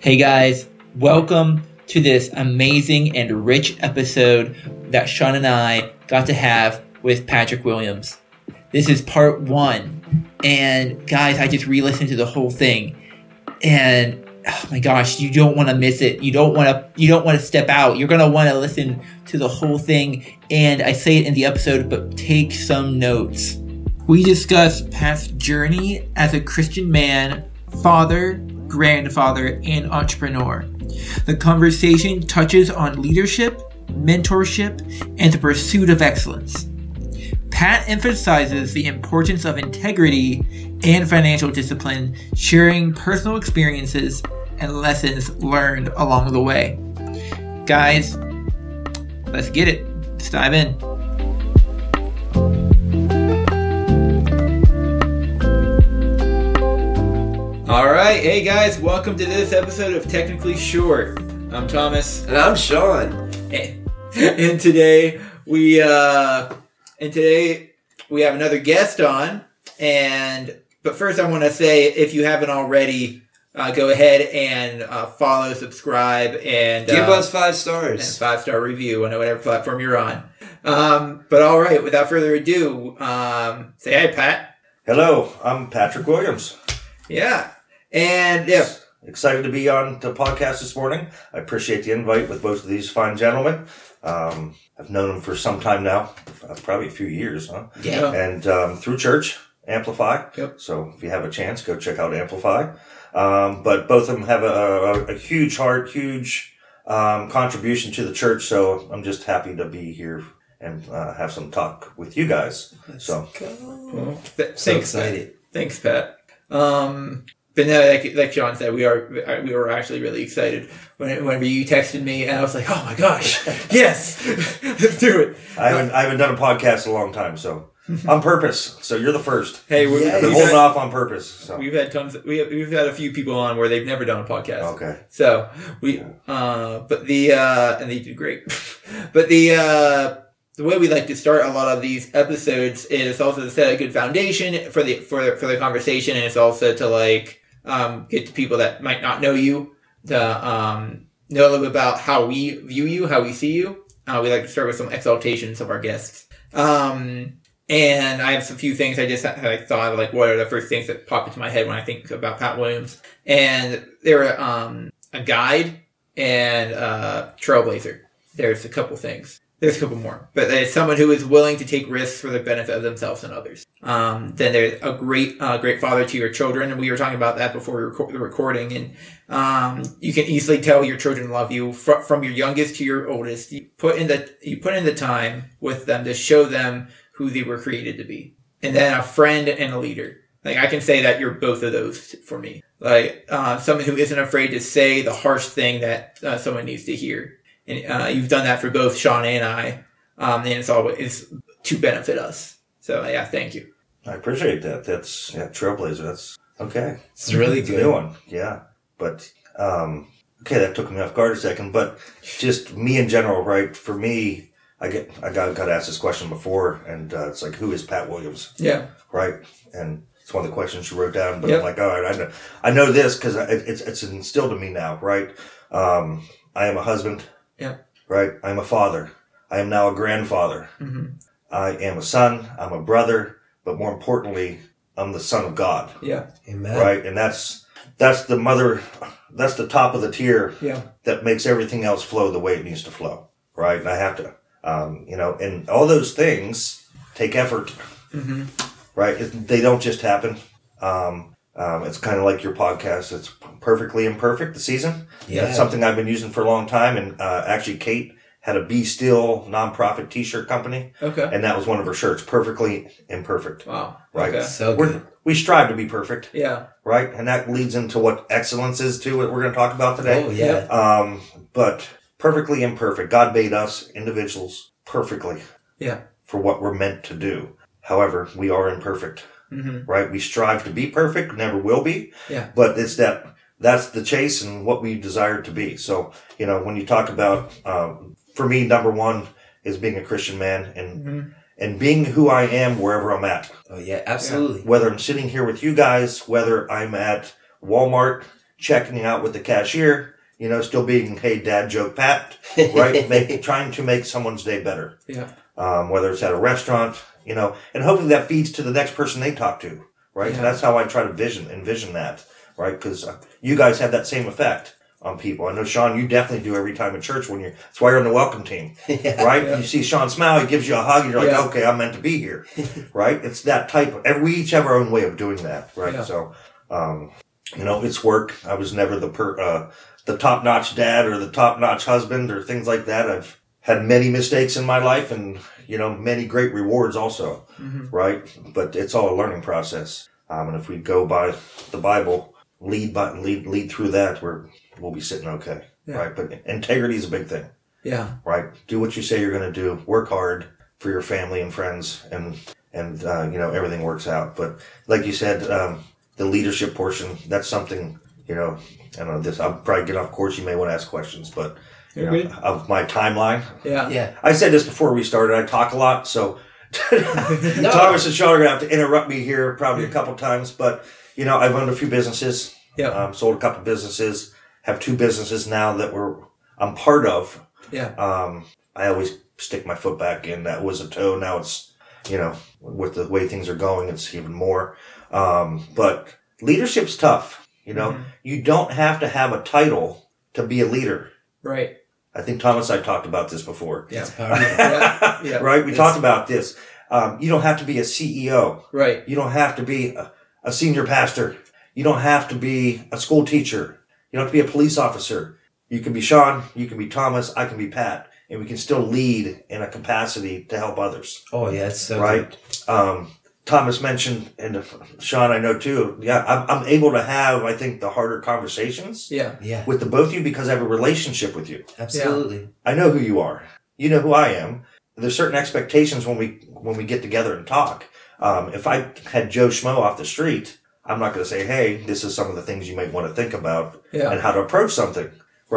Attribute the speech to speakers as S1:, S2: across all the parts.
S1: Hey guys, welcome to this amazing and rich episode that Sean and I got to have with Patrick Williams. This is part one. And guys, I just re listened to the whole thing. And oh my gosh, you don't want to miss it. You don't want to you don't want to step out. You're going to want to listen to the whole thing and I say it in the episode but take some notes. We discuss Pat's journey as a Christian man, father, grandfather, and entrepreneur. The conversation touches on leadership, mentorship, and the pursuit of excellence. Pat emphasizes the importance of integrity and financial discipline, sharing personal experiences and lessons learned along the way. Guys, let's get it. Let's dive in. All right, hey guys, welcome to this episode of Technically Short. I'm Thomas,
S2: And I'm Sean.
S1: and today we uh, and today we have another guest on. And but first, I want to say if you haven't already, uh, go ahead and uh, follow, subscribe, and
S2: Give
S1: uh,
S2: us five
S1: and
S2: stars.
S1: five star review on whatever platform you're on. Um, but all right, without further ado, um, say hi, Pat.
S3: Hello, I'm Patrick Williams.
S1: Yeah, and yeah,
S3: Excited to be on the podcast this morning. I appreciate the invite with both of these fine gentlemen. Um, I've known them for some time now, uh, probably a few years, huh?
S1: yeah,
S3: And um, through church, Amplify.
S1: Yep.
S3: So if you have a chance, go check out Amplify. Um, but both of them have a, a, a huge heart, huge um, contribution to the church. So I'm just happy to be here and uh, have some talk with you guys. So
S1: Well, Oh, th-
S2: So
S1: thanks,
S2: excited.
S1: Thanks, Pat. Um, but no, like like John said, we are we were actually really excited when whenever you texted me, and I was like, oh my gosh, yes, let's do it.
S3: I haven't, I haven't done a podcast in a long time, so on purpose. So you're the first.
S1: Hey, we,
S2: Yes.
S3: I've
S1: we've,
S3: been holding
S1: had,
S3: off on purpose. So.
S1: we've had tons. we have, we've had a few people on where they've never done a podcast.
S3: Okay.
S1: So we, uh, but the uh, and they did great. but the uh, the way we like to start a lot of these episodes is also to set a good foundation for the for the, for the conversation, and it's also to like um, get to people that might not know you to um, know a little bit about how we view you, how we see you. Uh, we like to start with some exaltations of our guests. Um, and I have a few things I just had, I thought of, like what are the first things that pop into my head when I think about Pat Williams and they were um, a guide and a trailblazer. There's a couple things. There's a couple more, but there's someone who is willing to take risks for the benefit of themselves and others. Um, then there's a great, uh, great father to your children, and we were talking about that before we record the recording. And um, you can easily tell your children love you fr- from your youngest to your oldest. You put in the you put in the time with them to show them who they were created to be, and then a friend and a leader. Like I can say that you're both of those for me. Like uh, someone who isn't afraid to say the harsh thing that uh, someone needs to hear, and uh, you've done that for both Sean and I, um, and it's always it's to benefit us. So yeah, thank you.
S3: I appreciate that. That's yeah, Trailblazer. That's okay.
S2: It's really
S3: It's a new
S2: good.
S3: one. Yeah. But um, okay, that took me off guard a second. But just me in general, right? For me, I get I got got asked this question before, and uh, it's like, who is Pat Williams?
S1: Yeah,
S3: right? And it's one of the questions you wrote down. But
S1: Yep.
S3: I'm like, all right, I know, I know this because it, it's it's instilled in me now, right? Um, I am a husband,
S1: Yeah.
S3: right? I'm a father. I am now a grandfather.
S1: Mhm.
S3: I am a son. I'm a brother, but more importantly, I'm the son of God,
S1: yeah,
S2: Amen.
S3: right? And that's that's the mother, that's the top of the tier
S1: yeah,
S3: that makes everything else flow the way it needs to flow, right? And I have to, um, you know, and all those things take effort
S1: hmm
S3: right? It, they don't just happen. Um, um, it's kind of like your podcast. It's perfectly imperfect. The season.
S2: Yeah.
S3: That's something I've been using for a long time. And uh, actually, Kate had a Be Still nonprofit T-shirt company,
S1: okay,
S3: and that was one of her shirts. Perfectly imperfect.
S1: wow,
S3: Right.
S1: okay.
S2: So
S3: We're,
S2: good.
S3: we strive to be perfect,
S1: yeah,
S3: right? And that leads into what excellence is too. What we're going to talk about today.
S2: Oh yeah.
S3: Um, but perfectly imperfect. God made us individuals perfectly.
S1: Yeah.
S3: For what we're meant to do. However, we are imperfect
S1: hmm
S3: right? We strive to be perfect, never will be.
S1: Yeah.
S3: But it's that that's the chase and what we desire to be. So you know, when you talk about, um, for me, number one is being a Christian man and
S1: hmm
S3: and being who I am wherever I'm at.
S2: Oh yeah. Absolutely.
S3: Whether I'm sitting here with you guys, whether I'm at Walmart, checking out with the cashier, you know, still being, hey, dad joke Pat, right? make, trying to make someone's day better.
S1: Yeah.
S3: Um, whether it's at a restaurant, you know, and hopefully that feeds to the next person they talk to, right?
S1: Yeah.
S3: And that's how I try to vision, envision that, right? Cause uh, you guys have that same effect on people. I know Sean, you definitely do every time at church when you're, that's why you're on the welcome team, right?
S1: Yeah.
S3: You see Sean smile, he gives you a hug, and you're like,
S1: Yeah.
S3: okay, I'm meant to be here, right? It's that type of, and we each have our own way of doing that, right?
S1: Yeah.
S3: So, um, you know, it's work. I was never the per, uh, the top notch dad or the top notch husband or things like that. I've had many mistakes in my life and, you know, many great rewards also,
S1: Mhm.
S3: right? But it's all a learning process. Um, and if we go by the Bible, lead by, lead, lead through that, we're, we'll be sitting okay,
S1: Yeah.
S3: right? But integrity is a big thing
S1: Yeah.
S3: right? Do what you say you're going to do. Work hard for your family and friends, and and uh, you know everything works out. But like you said, um, the leadership portion that's something you know. I don't know this. I'll probably get off course. You may want to ask questions, but you
S1: You're
S3: know,
S1: good.
S3: of my timeline,
S1: Yeah.
S2: Yeah.
S3: I said this before we started. I talk a lot, so Thomas and Sean are going to have to interrupt me here probably a couple times. But you know, I've owned a few businesses.
S1: Yeah.
S3: Um, sold a couple businesses. Have two businesses now that we're I'm part of
S1: Yeah.
S3: um, I always stick my foot back in. That was a toe. Now it's, you know, with the way things are going, it's even more. Um, but leadership's tough. You know,
S1: Mhm.
S3: you don't have to have a title to be a leader.
S1: Right.
S3: I think Thomas, I talked about this before.
S1: Yeah.
S2: It's powerful.
S1: Yeah. Yeah.
S3: Right? We
S2: It's-
S3: talked about this. Um, you don't have to be a E CEO.
S1: Right.
S3: You don't have to be a, a senior pastor. You don't have to be a school teacher. You don't have to be a police officer. You can be Sean. You can be Thomas. I can be Pat. And we can still lead in a capacity to help others.
S2: Oh yeah, it's so
S3: right?
S2: good.
S3: Um, Thomas mentioned, and if- Sean, I know too. Yeah, I'm, I'm able to have, I think, the harder conversations
S1: Yeah.
S2: Yeah,
S3: with the both of you because I have a relationship with you.
S2: absolutely.
S3: I know who you are. You know who I am. There's certain expectations when we when we get together and talk. Um, if I had Joe Schmo off the street, I'm not going to say, "Hey, this is some of the things you might want to think about
S1: Yeah.
S3: and how to approach something."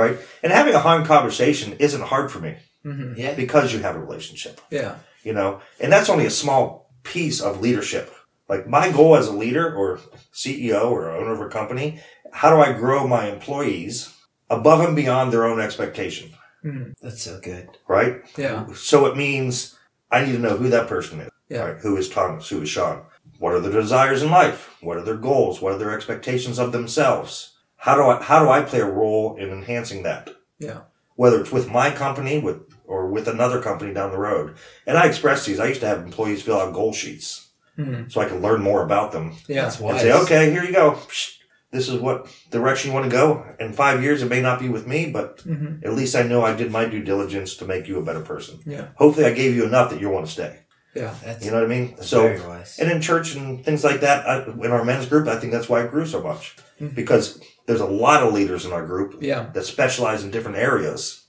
S3: Right? And having a hard conversation isn't hard for me
S1: hmm
S2: Yeah,
S3: because you have a relationship.
S1: Yeah.
S3: You know, and that's only a small piece of leadership. Like my goal as a leader or CEO or owner of a company, how do I grow my employees above and beyond their own expectation?
S1: Mhm.
S2: that's so good.
S3: Right?
S1: Yeah.
S3: So it means I need to know who that person is.
S1: Yeah.
S3: Right? Who is Thomas? Who is Sean? What are their desires in life? What are their goals? What are their expectations of themselves? How do I how do I play a role in enhancing that?
S1: Yeah.
S3: Whether it's with my company, with or with another company down the road. And I express these. I used to have employees fill out goal sheets
S1: Mhm.
S3: so I could learn more about them.
S1: Yeah.
S2: That's
S3: And
S2: wise.
S3: say, okay, here you go. Psh, This is what direction you want to go. In five years, it may not be with me, but
S1: Mhm.
S3: at least I know I did my due diligence to make you a better person.
S1: Yeah.
S3: Hopefully, I gave you enough that you want to stay.
S1: Yeah.
S2: That's
S3: You know what I mean?
S2: that's
S3: So,
S2: very wise.
S3: and in church and things like that, I, in our men's group, I think that's why it grew so much
S2: Mm-hmm.
S1: Mhm.
S3: because there's a lot of leaders in our group
S1: Yeah.
S3: that specialize in different areas.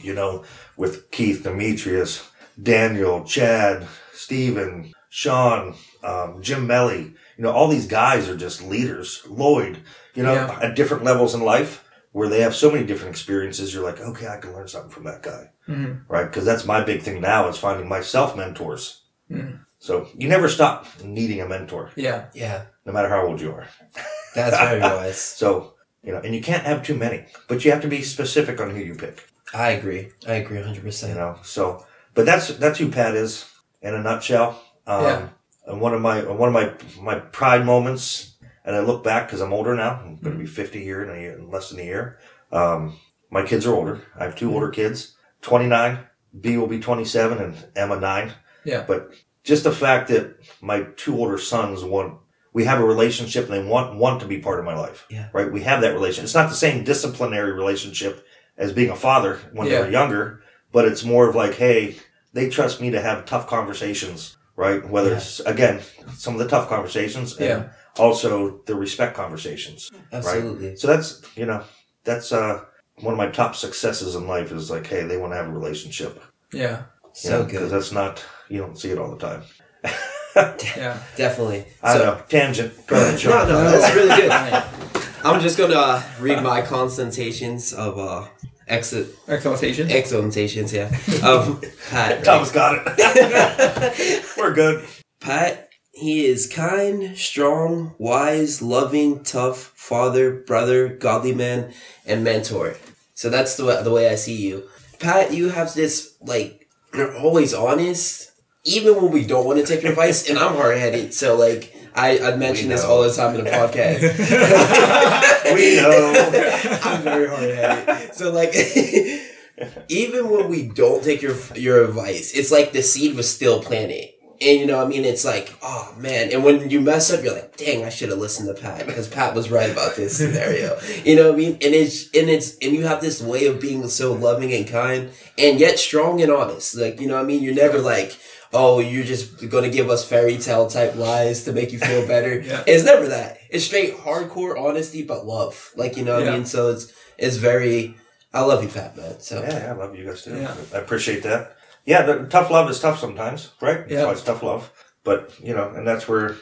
S3: You know, with Keith, Demetrius, Daniel, Chad, Stephen, Sean, um, Jim Melly. You know, all these guys are just leaders. Lloyd, you know,
S1: Yeah.
S3: at different levels in life where they have so many different experiences. You're like, okay, I can learn something from that guy
S1: Mhm.
S3: right? Because that's my big thing now is finding myself mentors.
S1: Mhm.
S3: So you never stop needing a mentor,
S1: Yeah.
S2: yeah,
S3: no matter how old you are.
S2: that's very wise.
S3: So you know, and you can't have too many, but you have to be specific on who you pick.
S2: I agree. I agree, hundred
S3: You
S2: percent.
S3: know, so but that's that's who Pat is in a nutshell. Um,
S1: Yeah.
S3: And one of my one of my my pride moments, and I look back because I'm older now. I'm going to be 50 here in a year, in less than a year. Um, my kids are older. I have 2 older kids, 29. B will be 27, and Emma nine.
S1: Yeah.
S3: But just the fact that my two older sons want, we have a relationship and they want, want to be part of my life.
S2: Yeah.
S3: Right. We have that relationship. It's not the same disciplinary relationship as being a father when they
S1: Yeah.
S3: were younger, but it's more of like, hey, they trust me to have tough conversations, right? Whether
S2: Yeah.
S3: it's, again, some of the tough conversations and
S1: Yeah.
S3: also the respect conversations.
S2: Absolutely.
S3: So that's, you know, that's, uh, one of my top successes in life is like, hey, they want to have a relationship.
S1: Yeah.
S2: So
S3: Because
S2: good.
S3: that's not, you don't see it all the time.
S1: Yeah.
S2: Definitely.
S3: I
S2: so,
S3: know. Tangent. Go ahead,
S2: No,
S3: Sean.
S2: no, that's really good.
S1: Right.
S2: I'm just gonna read my constatations of uh exit
S1: Exaltation.
S2: exaltations, yeah. Of Pat. right?
S3: Thomas got it. We're good.
S2: Pat, He is kind, strong, wise, loving, tough, father, brother, godly man, and mentor. So that's the way, the way I see you. Pat, you have this, like, you're always honest, even when we don't want to take your advice, and I'm hard headed. So, like, I, I mention
S3: We
S2: this
S3: know.
S2: all the time in the podcast.
S3: We know.
S2: I'm very hard headed. So like, even when we don't take your your advice, it's like the seed was still planted. And you know, what I mean, it's like, oh man. And when you mess up, you're like, dang, I should have listened to Pat because Pat was right about this scenario. You know what I mean? And it's and it's and you have this way of being so loving and kind, and yet strong and honest. Like you know, what I mean, you're never like, oh, you're just gonna give us fairy tale type lies to make you feel better.
S1: Yeah.
S2: It's never that. It's straight hardcore honesty, but love. Like you know what
S1: Yeah.
S2: I mean. So it's it's very. I love you, Pat, man. So
S3: Yeah, yeah, I love you guys too.
S1: Yeah.
S3: I appreciate that. Yeah, the, tough love is tough sometimes, right? That's
S1: Yeah.
S3: why it's tough love. But you know, and that's where,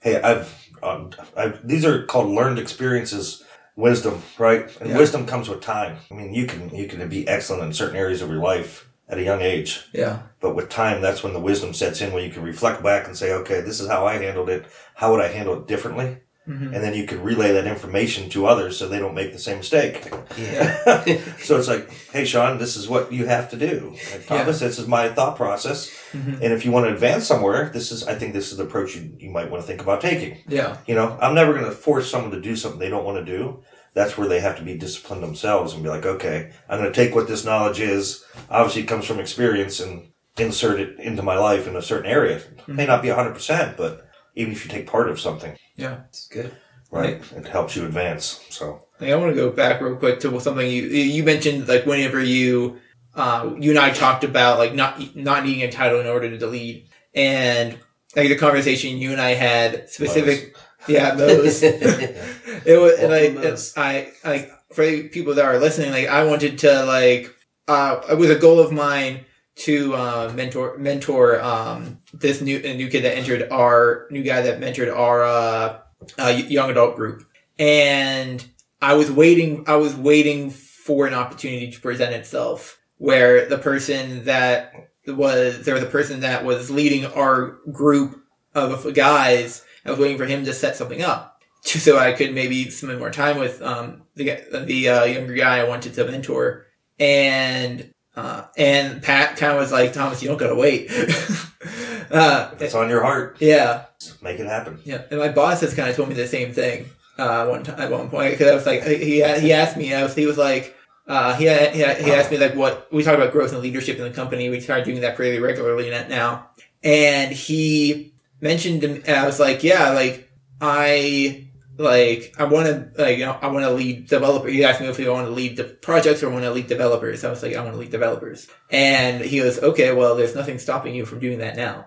S3: hey, I've, um, I've these are called learned experiences, wisdom, right? And
S1: Yeah.
S3: wisdom comes with time. I mean, you can you can be excellent in certain areas of your life at a young age,
S1: Yeah.
S3: but with time, that's when the wisdom sets in, where you can reflect back and say, okay, this is how I handled it. How would I handle it differently?
S1: Mhm.
S3: And then you can relay that information to others so they don't make the same mistake.
S2: yeah,
S3: so it's like, hey, Sean, this is what you have to do. Like, Thomas, this is my thought process. And if you want to advance somewhere, this is, I think this is the approach you, you might want to think about taking.
S1: Yeah.
S3: You know, I'm never going to force someone to do something they don't want to do. That's where they have to be disciplined themselves and be like, okay, I'm going to take what this knowledge is. Obviously, it comes from experience and insert it into my life in a certain area. It may not be 100%, but even if you take part of something,
S1: Yeah.
S2: it's good.
S3: right, it helps you advance. So,
S1: Like, I want to go back real quick to something you you mentioned. Like whenever you uh, you and I talked about like not not needing a title in order to delete, and like the conversation you and I had specific. Yeah, those. It was and
S2: Welcome
S1: like
S2: those.
S1: I like for people that are listening, like I wanted to like uh, it was a goal of mine to uh, mentor mentor um, this new a new kid that entered our new guy that mentored our uh, uh, young adult group, and I was waiting I was waiting for an opportunity to present itself where the person that was there was a person that was leading our group of guys. I was waiting for him to set something up to- so I could maybe spend more time with um, the gu- the uh, younger guy I wanted to mentor, and uh, and Pat kind of was like, Thomas, you don't gotta wait. uh,
S3: if it's on your heart,
S1: yeah,
S3: make it happen.
S1: yeah, and my boss has kind of told me the same thing uh, one time at one point because I was like, he he asked me, I was, he was like, uh, he he he asked me like what we talked about growth and leadership in the company. We started doing that pretty regularly na- now, and he mentioned, to me- and I was like, yeah, like I like I want to like you know, I want to lead developer. He asked me if I want to lead the projects or want to lead developers. I was like, I want to lead developers, and he goes, okay, well, there's nothing stopping you from doing that now.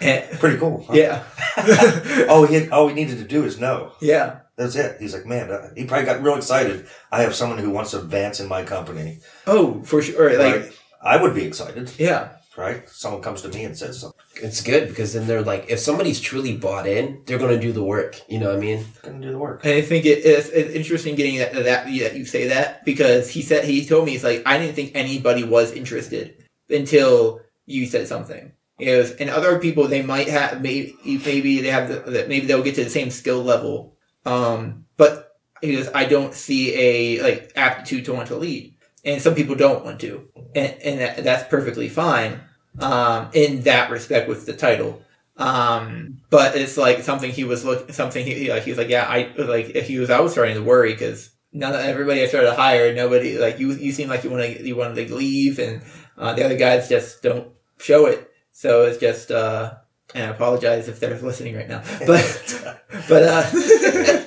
S1: And-
S3: Pretty cool. huh?
S1: yeah.
S3: all he had, all he needed to do is know.
S1: Yeah,
S3: That's it. He's like, man, uh, he probably got real excited. I have someone who wants to advance in my company.
S1: Oh, for sure. Like,
S3: Like, I would be excited,
S1: yeah,
S3: right? Someone comes to me and says something.
S2: It's good because then they're like, if somebody's truly bought in, they're gonna do the work. You know what I mean?
S3: Gonna do the work.
S1: and I think it, it's, it's interesting getting that, that that you say that because he said he told me he's like I didn't think anybody was interested until you said something. He goes, and other people they might have maybe maybe they have the, that maybe they'll get to the same skill level, um, but he goes I don't see a like aptitude to want to lead, and some people don't want to, and and that, that's perfectly fine um, in that respect with the title. Um, but it's like something he was look something he, he like he was like yeah I like he was I was starting to worry because now that everybody I started to hire nobody like you you seem like you want to you want to leave and uh, the other guys just don't show it so it's just uh and I apologize if they're listening right now but but uh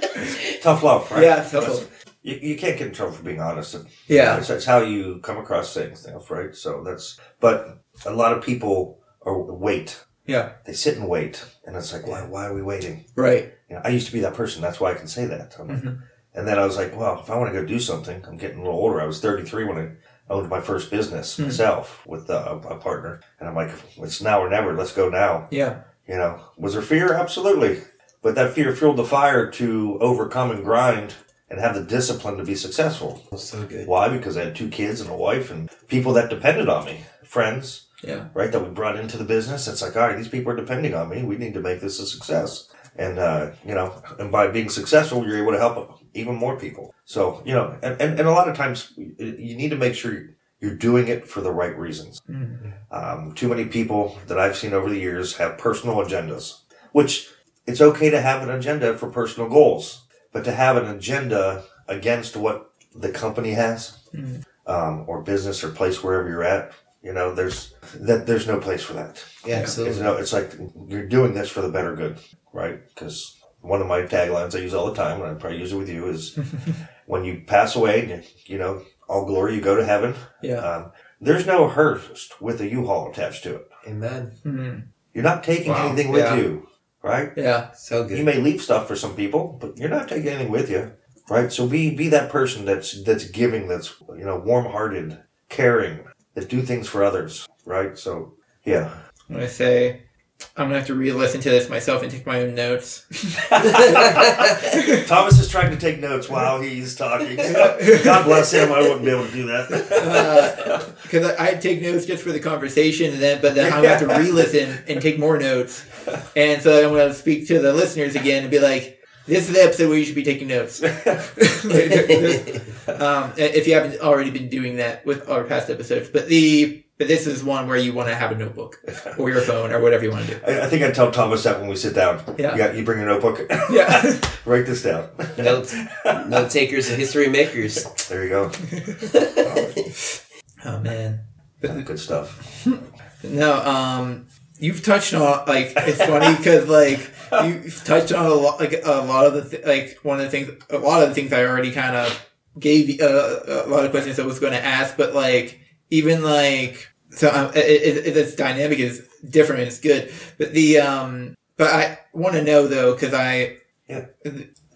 S3: Tough love, right?
S1: yeah so
S3: You, you can't get in trouble for being honest. And
S1: yeah
S3: That's, that's how you come across things, now, right? So that's, but a lot of people are wait.
S1: Yeah.
S3: They sit and wait. And it's like, why, why are we waiting?
S1: right
S3: you know, I used to be that person. That's why I can say that. I'm like-
S1: Mhm.
S3: And then I was like, well, if I want to go do something, I'm getting a little older. I was 33 when I owned my first business
S1: Mm.
S3: myself with uh, a partner. And I'm like, it's now or never. Let's go now.
S1: yeah
S3: You know, was there fear? Absolutely. But that fear fueled the fire to overcome and grind and have the discipline to be successful.
S2: so good.
S3: Why? Because I had two kids and a wife and people that depended on me, friends.
S1: Yeah.
S3: right? That we brought into the business. It's like, all right, these people are depending on me. We need to make this a success. And, uh, you know, and by being successful, you're able to help even more people. So, you know, and, and, and a lot of times you you need to make sure you're doing it for the right reasons. Um, too many people that I've seen over the years have personal agendas, which it's okay to have an agenda for personal goals, but to have an agenda against what the company has,
S1: Mhm.
S3: um, or business or place wherever you're at, you know, there's that there's no place for that.
S2: Yeah,
S3: It's,
S2: absolutely.
S3: no, it's like you're doing this for the better good, right? Because one of my taglines I use all the time, and I probably use it with you, is
S1: mm-hmm,
S3: when you pass away, and you, you know, all glory, you go to heaven.
S1: Yeah.
S3: Um, there's no hearse with a U-Haul attached to it.
S2: Amen.
S1: Mhm.
S3: You're not taking
S2: Wow.
S3: anything with
S2: Yeah.
S3: you, right?
S1: Yeah.
S2: So
S3: You
S2: good.
S3: may leave stuff for some people, but you're not taking anything with you, right? So be be that person that's that's giving, that's you know, warm-hearted, caring, that do things for others, right? So yeah,
S1: I'm gonna say I'm gonna have to re-listen to this myself and take my own notes.
S3: Thomas is trying to take notes while he's talking. God bless him. I wouldn't be able to do that.
S1: Because Uh, I I'd take notes just for the conversation, and then but then I'm gonna have to re-listen and take more notes, and so I'm gonna speak to the listeners again and be like, "This is the episode where you should be taking notes." um, if you haven't already been doing that with our past episodes, but the but this is one where you want to have a notebook or your phone or whatever you want to do.
S3: I, I think I tell Thomas that when we sit down.
S1: Yeah.
S3: You, got- you bring your notebook.
S1: Yeah.
S3: Write this down.
S2: Note, note takers and history makers.
S3: There you go.
S1: Oh man.
S3: Good stuff.
S1: No, um, you've touched on like it's funny because like you've touched on a lot, like a lot of the th- like one of the things, a lot of the things I already kind of gave you- uh, a lot of questions I was going to ask, but like even like so um, it, it, it, it's dynamic is different and it's good, but the um, but I want to know though because I
S3: Yeah.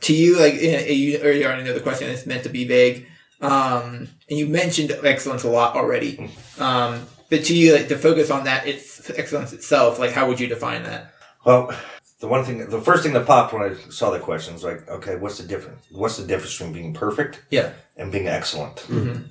S1: to you like eh, eh, you already already know the question it's meant to be vague. Um, and you mentioned excellence a lot already. Um, but to you, like, to focus on that, it's excellence itself. Like, how would you define that?
S3: Well, the one thing, the first thing that popped when I saw the question was like, okay, what's the difference? What's the difference between being perfect
S1: Yeah.
S3: and being excellent?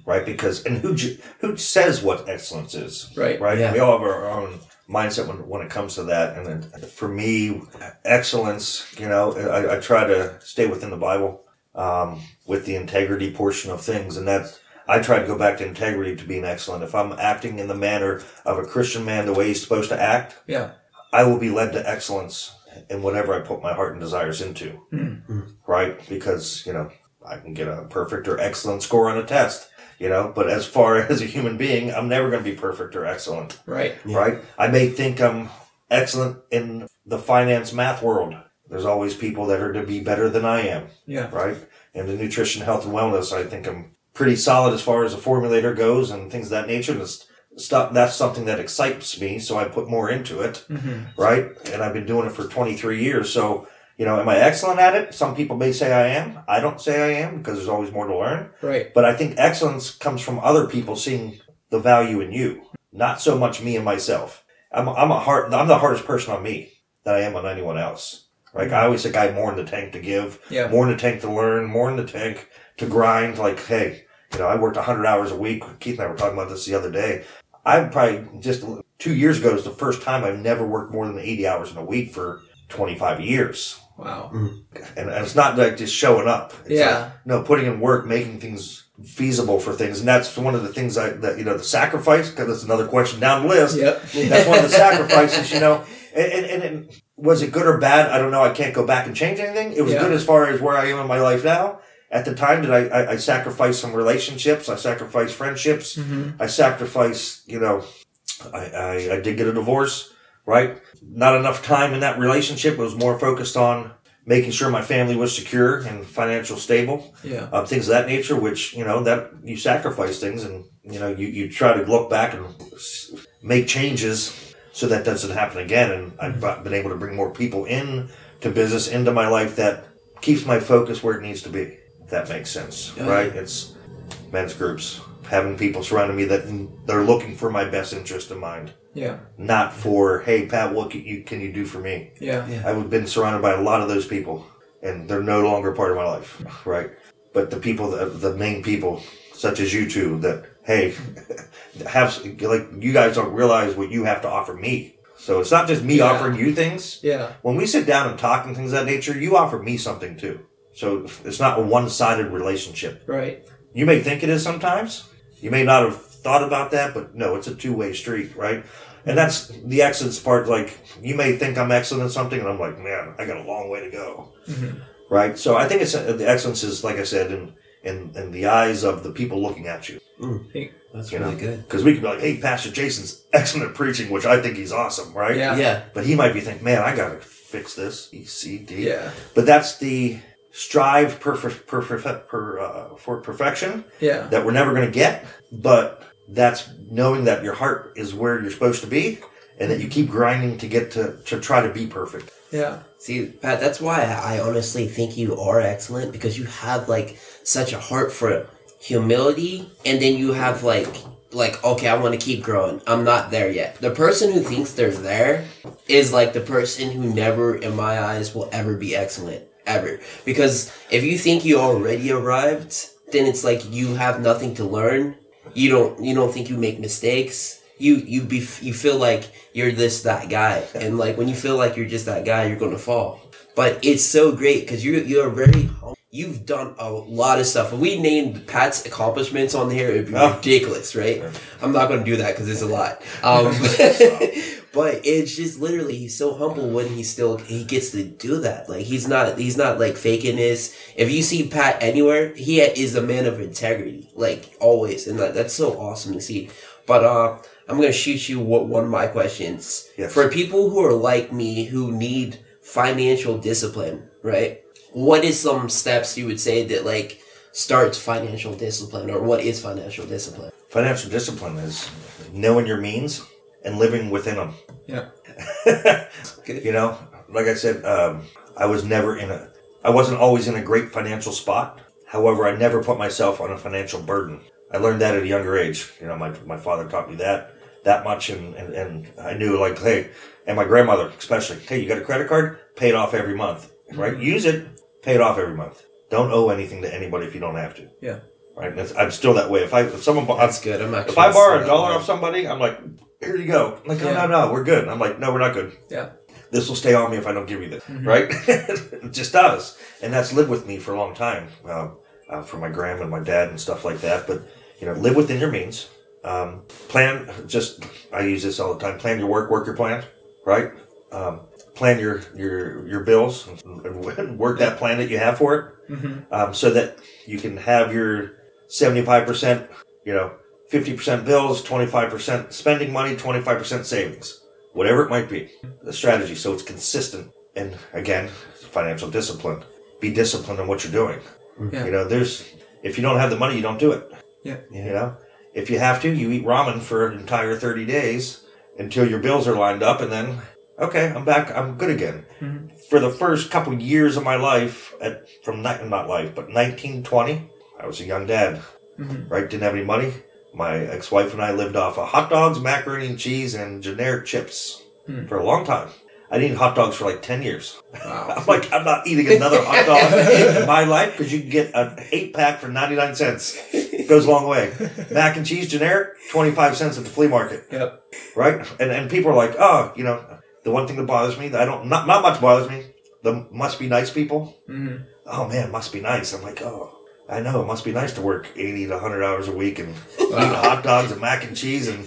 S3: Right? Because, and who, ju- who says what excellence is?
S1: Right.
S3: right?
S2: Yeah.
S3: We all have our own mindset when, when it comes to that. And then for me, excellence, you know, I, I try to stay within the Bible um, with the integrity portion of things. And that's, I try to go back to integrity to being excellent. If I'm acting in the manner of a Christian man, the way he's supposed to act,
S1: Yeah.
S3: I will be led to excellence in whatever I put my heart and desires into.
S1: Hmm.
S3: Right? Because, you know, I can get a perfect or excellent score on a test, you know, but as far as a human being, I'm never going to be perfect or excellent
S1: Right.
S3: right? I may think I'm excellent in the finance math world. There's always people that are to be better than I am,
S1: Yeah.
S3: right? And the nutrition, health, and wellness, I think I'm pretty solid as far as a formulator goes and things of that nature. That's stuff that's something that excites me, so I put more into it,
S1: hmm
S3: right? And I've been doing it for 23 years, so you know, am I excellent at it? Some people may say I am. I don't say I am because there's always more to learn.
S1: Right.
S3: But I think excellence comes from other people seeing the value in you, not so much me and myself. I'm, I'm a hard, I'm the hardest person on me than I am on anyone else. Like I always think I have more in the tank to give,
S1: Yeah.
S3: more in the tank to learn, more in the tank to grind. Like, hey, you know, I worked 100 hours a week. Keith and I were talking about this the other day. I probably just two years ago is the first time I've never worked more than 80 hours in a week for 25 years
S1: Wow.
S3: and, and it's not like just showing up. It's
S1: Yeah.
S3: like, no, putting in work, making things feasible for things, and that's one of the things I that you know the sacrifice because that's another question down the list.
S1: Yep.
S3: That's one of the sacrifices, you know. And, and, and, and was it good or bad? I don't know. I can't go back and change anything. It was
S1: Yeah.
S3: good as far as where I am in my life now. At the time, did I, I, I sacrifice some relationships? I sacrificed friendships.
S1: Mhm.
S3: I sacrificed, you know, I, I, I did get a divorce, right? Not enough time in that relationship. It was more focused on making sure my family was secure and financial stable,
S1: Yeah.
S3: um, things of that nature, which, you know, that you sacrifice things and, you know, you, you try to look back and s- make changes so that doesn't happen again. And I've
S2: Mm-hmm.
S3: bu- been able to bring more people in to business, into my life that keeps my focus where it needs to be. If that makes sense,
S2: Yeah.
S3: right? It's men's groups, having people surrounding me that they're looking for my best interest in mind,
S1: Yeah.
S3: not for, hey, Pat, what can you, can you do for me?
S1: Yeah.
S2: Yeah.
S3: I've been surrounded by a lot of those people, and they're no longer part of my life, right? But the people, that, the main people, such as you two that hey, have like you guys don't realize what you have to offer me. So it's not just me
S1: Yeah.
S3: offering you things.
S1: Yeah.
S3: When we sit down and talk and things of that nature, you offer me something too. So it's not a one-sided relationship.
S1: Right.
S3: You may think it is sometimes. You may not have thought about that, but no, it's a two-way street, right? And that's the excellence part. Like you may think I'm excellent at something, and I'm like, man, I got a long way to go,
S1: Mm-hmm.
S3: right? So I think it's uh, the excellence is, like I said, in in in the eyes of the people looking at you.
S2: That's
S3: You
S2: really
S3: know,
S2: good.
S3: Because we could be like, hey, Pastor Jason's excellent at preaching, which I think he's awesome, right?
S1: Yeah.
S2: Yeah.
S3: But he might be thinking, man, I gotta fix this. E, C, D.
S1: Yeah.
S3: But that's the strive per, per, per, per, uh, for perfection
S1: Yeah.
S3: that we're never gonna get. But that's knowing that your heart is where you're supposed to be and that you keep grinding to get to, to try to be perfect.
S1: Yeah.
S2: See, Pat, that's why I honestly think you are excellent because you have like such a heart for humility, and then you have like like okay, I want to keep growing. I'm not there yet. The person who thinks they're there is like the person who never, in my eyes, will ever be excellent ever. Because if you think you already arrived, then it's like you have nothing to learn. You don't you don't think you make mistakes. You you be you feel like you're this that guy, and like when you feel like you're just that guy, you're gonna fall. But it's so great because you you're very hum- you've done a lot of stuff. If we named Pat's accomplishments on here, it'd be
S3: Oh.
S2: ridiculous, right? I'm not gonna do that because it's a lot. Um, but it's just literally he's so humble when he still he gets to do that. Like he's not he's not like faking this. If you see Pat anywhere, he is a man of integrity, like always, and that, that's so awesome to see. But uh, I'm gonna shoot you what one of my questions
S3: Yes.
S2: for people who are like me who need financial discipline, right? What is some steps you would say that like starts financial discipline, or what is financial discipline?
S3: Financial discipline is knowing your means and living within them.
S1: Yeah.
S3: You know, like I said, um, I was never in a, I wasn't always in a great financial spot. However, I never put myself on a financial burden. I learned that at a younger age. You know, my, my father taught me that, that much. And, and, and I knew like, hey, and my grandmother especially, hey, you got a credit card? Pay it off every month, right?
S1: Mm-hmm.
S3: Use it, pay it off every month. Don't owe anything to anybody if you don't have to.
S1: Yeah.
S3: Right. That's, I'm still that way. If I, if someone, bought,
S2: That's good. I'm actually.
S3: if I borrow a
S2: that
S3: dollar
S2: one.
S3: off somebody, I'm like, here you go. Like, no,
S1: Yeah.
S3: no, no, we're good. I'm like, no, we're not good.
S1: Yeah.
S3: This will stay on me if I don't give you this, right? it just does, and that's lived with me for a long time, um, uh, for my grandma and my dad and stuff like that. But you know, live within your means. Um, plan. Just I use this all the time. Plan your work. Work your plan. Right. Um, plan your your your bills. And work that plan that you have for it
S1: Mm-hmm.
S3: um, so that you can have your 75%, you know, 50% bills, 25% spending money, 25% savings, whatever it might be. The strategy. So it's consistent. And again, financial discipline. Be disciplined in what you're doing.
S1: Yeah.
S3: You know, there's, if you don't have the money, you don't do it.
S1: Yeah.
S3: You know, if you have to, you eat ramen for an entire 30 days until your bills are lined up and then, okay, I'm back, I'm good again. For the first couple years of my life, at from ni- not life, but 1920, I was a young dad,
S1: Mhm.
S3: right? Didn't have any money. My ex wife and I lived off of hot dogs, macaroni and cheese, and generic chips
S1: Hmm.
S3: for a long time. I didn't eat hot dogs for like 10 years.
S1: Wow.
S3: I'm like, I'm not eating another hot dog in my life because you can get an eight pack for 99 cents. Goes a long way. Mac and cheese generic, 25 cents at the flea market,
S1: Yep.
S3: right? And, and people are like, oh, you know, the one thing that bothers me, that I don't, not, not much bothers me, the must be nice people.
S1: hmm
S3: Oh man, must be nice. I'm like, oh, I know, it must be nice to work 80 to 100 hours a week and eat
S1: Wow.
S3: hot dogs and mac and cheese and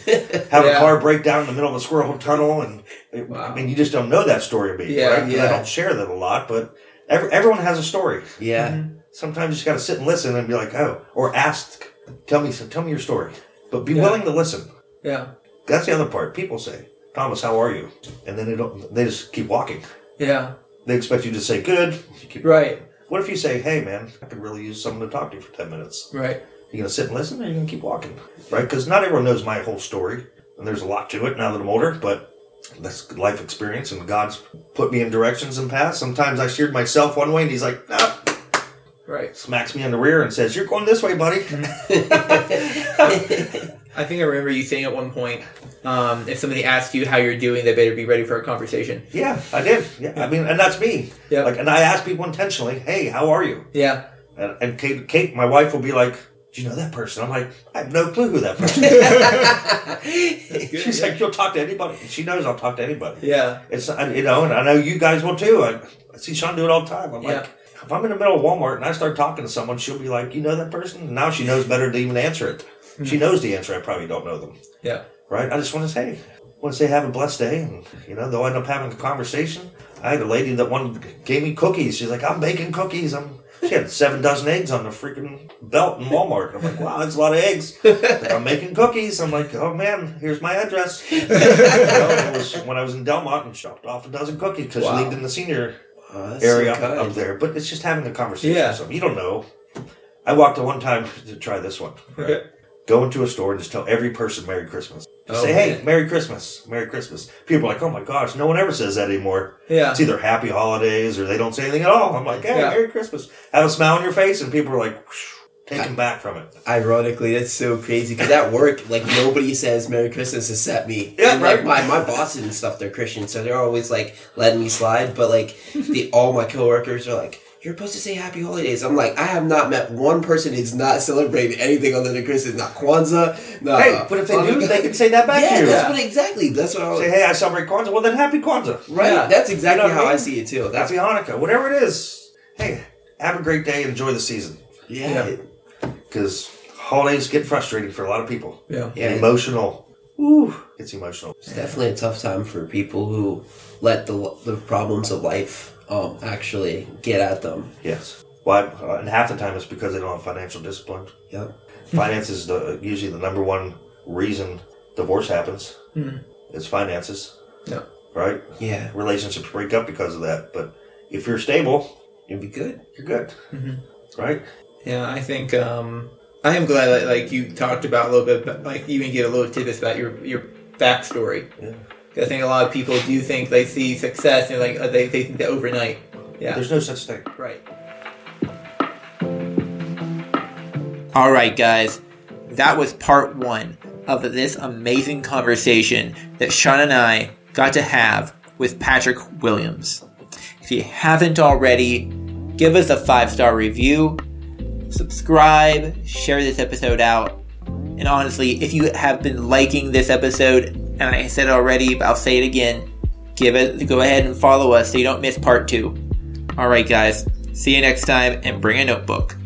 S3: have a
S1: Yeah.
S3: car break down in the middle of a squirrel tunnel and I
S1: Wow.
S3: mean you just don't know that story of me,
S1: Yeah,
S3: right? 'Cause I
S2: yeah.
S3: don't share that a lot, but every, everyone has a story.
S2: Yeah.
S1: Mm-hmm.
S3: Sometimes you just got to sit and listen and be like, oh, or ask, tell me some, tell me your story, but be
S1: Yeah.
S3: willing to listen.
S1: Yeah.
S3: That's the other part. People say, Thomas, how are you? And then they don't. They just keep walking.
S1: Yeah.
S3: They expect you to say good. You keep
S1: Right.
S3: What if you say, hey man, I could really use someone to talk to for ten minutes?
S1: Right.
S3: You gonna sit and listen, or you gonna keep walking, right? Because not everyone knows my whole story, and there's a lot to it now that I'm older. But that's life experience, and God's put me in directions and paths. Sometimes I steered myself one way, and He's like, no,
S1: Right.
S3: smacks me on the rear and says, "You're going this way, buddy."
S1: I think I remember you saying at one point, um, if somebody asks you how you're doing, they better be ready for a conversation.
S3: yeah, I did. Yeah, I mean, and that's me.
S1: Yeah.
S3: Like, and I ask people intentionally, "Hey, how are you?"
S1: Yeah.
S3: And, and Kate, Kate, my wife, will be like, Do you know that person? I'm like, I have no clue who that person is.
S1: Good,
S3: She's
S1: yeah.
S3: like, you'll talk to anybody. She knows I'll talk to anybody.
S1: yeah.
S3: It's I- you know, and I know you guys will too. I, I see Sean do it all the time. I'm
S1: Yeah.
S3: like, if I'm in the middle of Walmart and I start talking to someone, she'll be like, "You know that person?" And now she knows better to even answer it. She knows the answer. I probably don't know them,
S1: Yeah.
S3: right? I just want to say, want to say, have a blessed day, and you know they'll end up having a conversation. I had a lady that one gave me cookies. She's like, "I'm baking cookies." I'm she had seven dozen eggs on the freaking belt in Walmart. I'm like, wow, that's a lot of eggs. Like, I'm making cookies. I'm like, oh man, here's my address. You know, it was when I was in Delmont and shopped off a dozen cookies because
S1: Wow.
S3: she lived in the senior
S2: Oh, that's so
S3: area up,
S2: kind.
S3: up there. But it's just having a conversation.
S1: Yeah.
S3: Yeah. So you don't know. I walked in one time to try this one.
S1: Okay.
S3: Go into a store and just tell every person Merry Christmas. Just
S1: Oh,
S3: say, hey,
S1: man.
S3: Merry Christmas, Merry Christmas. People are like, oh my gosh, no one ever says that anymore.
S1: Yeah.
S3: It's either Happy Holidays or they don't say anything at all. I'm like, hey,
S1: Yeah.
S3: Merry Christmas. Have a smile on your face, and people are like, taken back from it.
S2: Ironically, that's so crazy because at work, like nobody says Merry Christmas except me.
S3: Yeah,
S2: and, like,
S3: right.
S2: My my bosses and stuff, they're Christian, so they're always like letting me slide. But like the all my coworkers are like, "You're supposed to say Happy Holidays." I'm like, I have not met one person who's not celebrating anything other than Christmas, not Kwanzaa.
S1: Uh,
S2: No,
S3: hey, but if they do, they can say that back
S2: yeah,
S3: to you.
S2: that's what exactly. That's what I was.
S3: Say, hey, I celebrate Kwanzaa. Well, then happy Kwanzaa.
S2: Right,
S1: Yeah.
S2: that's exactly
S3: You know what
S2: how
S3: I
S2: I
S3: mean?
S2: see it too. That's
S3: Happy Hanukkah. Whatever it is. Hey, have a great day. Enjoy the season.
S2: yeah,
S1: Yeah.
S3: Because holidays get frustrating for a lot of people.
S1: Yeah.
S2: yeah.
S3: Emotional. Ooh, it's emotional.
S2: It's definitely a tough time for people who let the the problems of life um actually get at them.
S3: Yes. Why? uh, and half the time it's because they don't have financial discipline.
S2: Yep.
S3: Finance is the, usually the number one reason divorce happens. It's finances,
S1: Yeah.
S3: right?
S2: Yeah.
S3: Relationships break up because of that. But if you're stable,
S2: It'd be good.
S3: you're good, right?
S1: Yeah, I think um, I am glad that like you talked about a little bit, but, like you even give a little tidbits about your your backstory.
S3: Yeah.
S1: 'Cause I think a lot of people do think they see success and like uh, they, they think that overnight. Yeah,
S3: There's no such thing.
S1: right. All right, guys, that was part one of this amazing conversation that Sean and I got to have with Patrick Williams. If you haven't already, give us a five star review, subscribe, share this episode out. And honestly, if you have been liking this episode, and I said it already, but I'll say it again, give it go ahead and follow us so you don't miss part two. All right, guys. See you next time and bring a notebook.